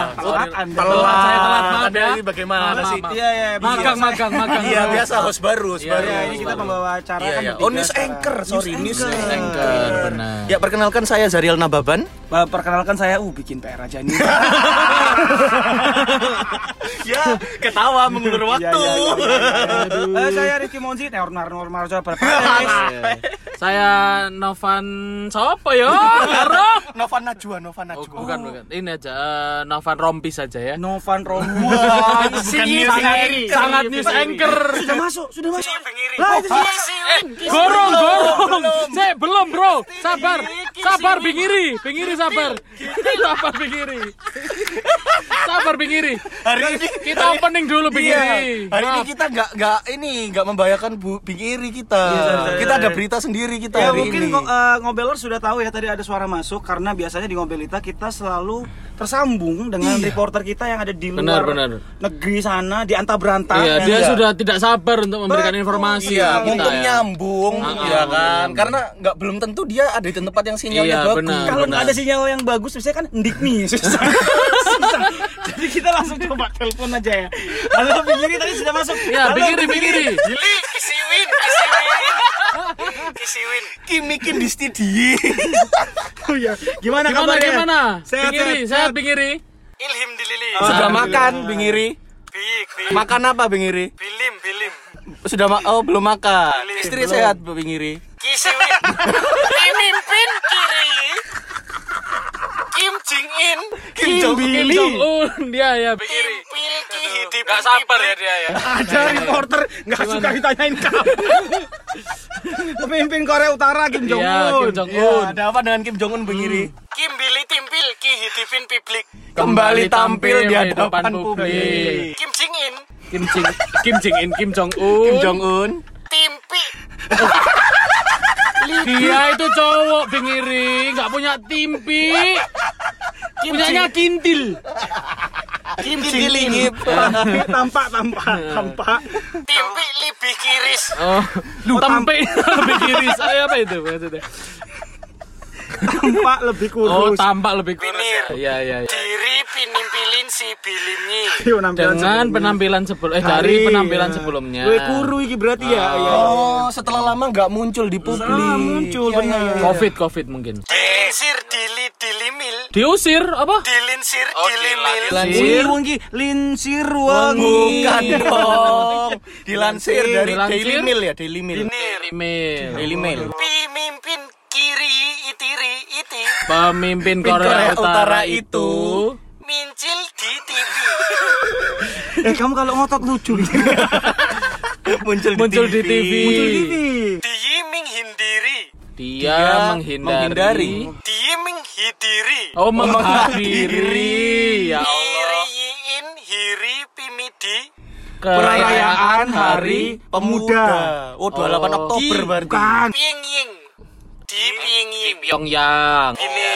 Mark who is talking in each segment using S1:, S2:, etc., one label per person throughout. S1: Anda.
S2: telat,
S3: Iya, saya telat, maaf
S2: ada
S3: ya.
S2: ini bagaimana
S3: Maaf,
S2: ada sih
S3: maaf.
S1: Iya, iya.
S3: Magang,
S1: biasa.
S3: magang, magang.
S2: iya biasa host baru host
S3: Iya,
S2: baru
S1: Iya, ini kita pembawa acara
S2: Iya,
S1: kan
S2: iya.
S1: bertiga
S2: Oh, news
S1: sekarang.
S2: anchor, sorry, news
S1: anchor.
S2: anchor.
S3: benar.
S2: Ya, perkenalkan saya Zariel Nababan.
S3: Oh.
S1: Bah, perkenalkan saya, uh bikin PR aja nih.
S2: ya, ketawa mengundur
S1: Iya, iya, iya, iya, iya. Aduh. Eh, saya Rifki Monzi, Neornar Normal Jawa
S3: Iya, Saya Novan Sopo yo? Karo.
S2: Novan Najwa, Novan
S3: Oh, bukan bukan. Ini aja eh, Novan Rompis aja ya.
S1: Novan Romuan.
S2: Bukan news anchor.
S3: Sangat news anchor.
S1: Sudah masuk, sudah masuk. Lah, itu sih.
S3: Gorong, gorong. Saya belum, Bro. Sabar. Sabar bingiri, bingiri sabar. Sabar bingiri. Sabar bingiri.
S2: Hari ini
S3: Kita opening dulu
S2: Iya.
S3: bingiri.
S2: Hari ini
S3: Maaf.
S2: kita nggak nggak ini nggak membahayakan bu Big Iri kita.
S1: sorry,
S2: kita ada
S1: sorry.
S2: berita sendiri kita
S1: Ya
S2: hari
S1: mungkin
S2: ini.
S1: ngo- eh, ngobeler sudah tahu ya tadi ada suara masuk karena biasanya di ngobelita kita selalu tersambung dengan reporter kita yang ada di
S3: Iya.
S1: luar
S3: Benar, benar.
S1: negeri sana di antabranta
S3: Iya,
S1: ya.
S3: dia
S2: Iya.
S3: sudah tidak sabar untuk memberikan
S1: Betul,
S3: informasi
S2: Iya,
S3: ke kita
S2: untuk
S3: ya.
S2: nyambung,
S3: Ah,
S2: ya
S3: ah,
S2: kan?
S3: benar.
S2: Karena nggak belum tentu dia ada di tempat yang sinyalnya
S3: Iya,
S2: bagus.
S3: benar.
S1: Kalau nggak ada
S3: benar.
S1: sinyal yang bagus biasanya kan ndik nih susah. Susah. Jadi kita langsung coba telepon aja ya. Halo Bigiri tadi sudah masuk.
S3: Iya,
S1: Halo,
S3: bingiri, bingiri.
S2: Gili, kisiwin, kisiwin. kisiwin. Kimikin di studio.
S1: Oh, iya. Gimana,
S3: Gimana
S1: kabarnya?
S3: gimana?
S1: Sehat,
S3: Bingiri,
S1: sehat,
S3: sehat bingiri.
S4: Ilhim dilili.
S2: Sudah makan Bing Iri?
S4: Biik, biik.
S2: Makan apa Bing Iri?
S4: Bilim, bilim.
S2: Sudah ma- oh belum makan. Istri sehat Bing Iri.
S4: Kisiwin. Pemimpin kiri. Kim Jing In.
S2: Kim Jong
S3: Kim
S2: Ili.
S3: Jong Un dia ya.
S4: Kim Pil Ki Hidip. Gak sabar ya dia ya.
S1: ada reporter nggak suka ditanyain kamu. Pemimpin Korea Utara Kim Jong Un.
S3: Iya, Kim Jong
S2: Iya,
S3: Un.
S2: ada apa dengan Kim Jong Un Bing Iri?
S4: Kim Bili Timpil Ki Hidipin Publik.
S2: Hmm. Kembali tampil di hadapan
S3: depan
S2: publik.
S4: Kim Jing In.
S3: Kim Jing Kim Jing In Kim Jong Un.
S2: Kim Jong Un.
S4: Timpi.
S3: Dia itu cowok bingiri, nggak punya timpi. Punyanya kintil.
S2: Kim Jong Ilip.
S1: tampak tampak
S3: Iya.
S1: tampak
S4: Timpi Libih Kiris.
S3: Oh, tempe lebih kiri. Saya apa itu maksudnya?
S1: tampak lebih
S3: Oh,
S1: kurus.
S3: tampak lebih
S4: Pinir.
S3: kiri. Iya, iya, iya.
S4: Diri pinimpilin si bilimnya.
S1: Yuk, nampilan
S3: Dengan
S1: sebelumnya.
S3: penampilan sebelum eh dari
S1: Iya.
S3: penampilan sebelumnya.
S1: Gue kuru iki berarti ya. Iya, iya.
S2: Oh, setelah lama nggak muncul di publik.
S1: Setelah muncul,
S2: Iya, iya,
S1: benar.
S2: iya.
S3: Covid, Covid mungkin.
S4: Dilinsir dili dilimil.
S3: Diusir apa?
S4: Dilinsir dilimil.
S1: Wongi wongi linsir wangi.
S2: Bukan dong. Dilansir dari
S3: Dilansir.
S2: Daily Mail ya, Daily Mail.
S4: Nir.
S3: Email.
S2: Daily Mail.
S4: Pemimpin kiri itiri iti.
S3: Pemimpin
S2: Korea
S3: Korea
S2: Utara
S3: Utara
S2: itu.
S3: itu
S4: Mincil di TV.
S1: Eh kamu kalau ngotot lucu.
S2: Muncul di
S3: muncul di TV.
S4: Diiming hindiri.
S3: Dia
S2: menghindari.
S3: menghindari.
S4: Diiming hidiri.
S3: Oh, menghadiri ya
S4: Hiriin hiri pimidi.
S3: perayaan hari
S2: Kan
S1: Pemuda.
S2: Oh, 28 Oktober
S3: Di-
S2: berarti.
S1: Bukan.
S4: Piying-ying. Di piying-ying.
S3: Pyongyang. ya,
S4: Ini.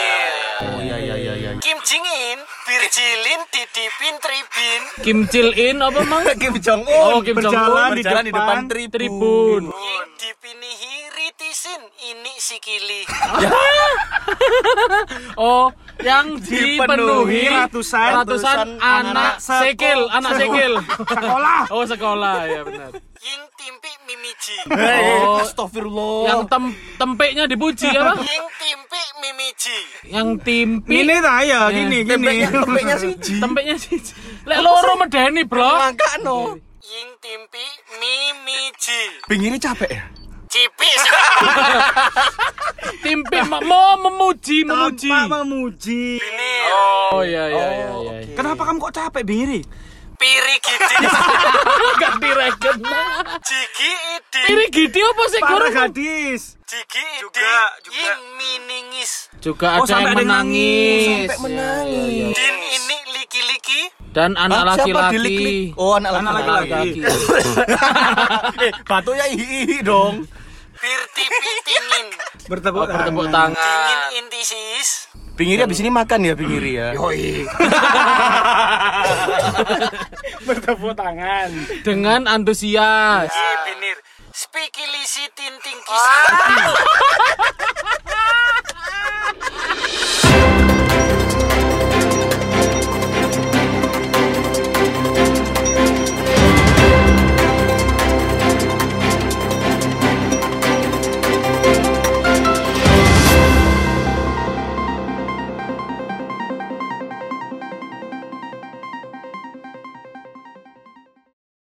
S2: Oh, iya iya iya iya.
S4: Kim Jing In. Birjilin didipin tribin.
S3: Kim Jil In apa mang?
S2: Kim Jong
S3: Oh,
S2: Un
S3: Kim Jong
S1: berjalan
S3: Un
S1: di
S2: berjalan di depan
S1: depan
S2: tribun.
S3: Tribun.
S4: Ying dipinihi ritisin. Ini sikili.
S3: Oh, yang dipenuhi
S2: Dipenuhi
S1: ratusan-
S3: ratusan anak
S1: anak
S3: sekil,
S1: seko-
S3: anak sekil.
S1: Sekolah.
S3: Oh, sekolah ya benar.
S4: Ying timpi mimiji.
S2: Hei,
S3: Oh.
S2: Eh, astagfirullah.
S3: Yang tem tempeknya dipuji apa?
S4: Ying timpi mimiji.
S3: Yang timpi
S1: Ini
S3: Iya,
S1: saya ya,
S3: Nah,
S1: gini gini.
S2: tempeknya tempeknya siji.
S3: tempeknya ya, sih. Lek loro medeni, Bro.
S2: Mangkano.
S4: Ying timpi mimiji.
S2: Pinggirnya capek ya?
S4: Cipis.
S3: Timpi me- mau memuji, memuji.
S1: Tampak memuji.
S4: Ini.
S3: Oh, iya iya iya iya.
S1: Kenapa kamu kok capek Biri?
S4: Piri gidi.
S3: Enggak direken.
S4: Jigi idi.
S3: Ini gede apa sih,
S1: Para
S3: Guru?
S1: gadis.
S4: Jigi idi.
S5: Juga, juga.
S4: Ying miningis.
S3: Juga
S1: Oh,
S3: ada
S1: sampai
S3: yang
S1: ada yang nangis.
S3: menangis.
S2: Sampai
S3: Ya,
S2: menangis.
S3: ya, ya.
S4: Din ini liki-liki.
S3: Dan anak
S2: Ah, siapa dilik-lik?
S3: laki-laki.
S2: Oh, anak
S1: Anak
S2: laki-laki.
S1: laki-laki.
S2: eh, batunya ihi dong.
S4: Birtipi tingin.
S1: Bertepuk
S3: Bertepuk
S1: tangan.
S4: Tingin
S3: tangan.
S4: intisis.
S2: Pinggirnya abis ini makan ya, pinggirnya ya.
S1: Bertepuk tangan.
S3: Dengan antusias.
S4: Iya bener. Spikilisi tinting kisi.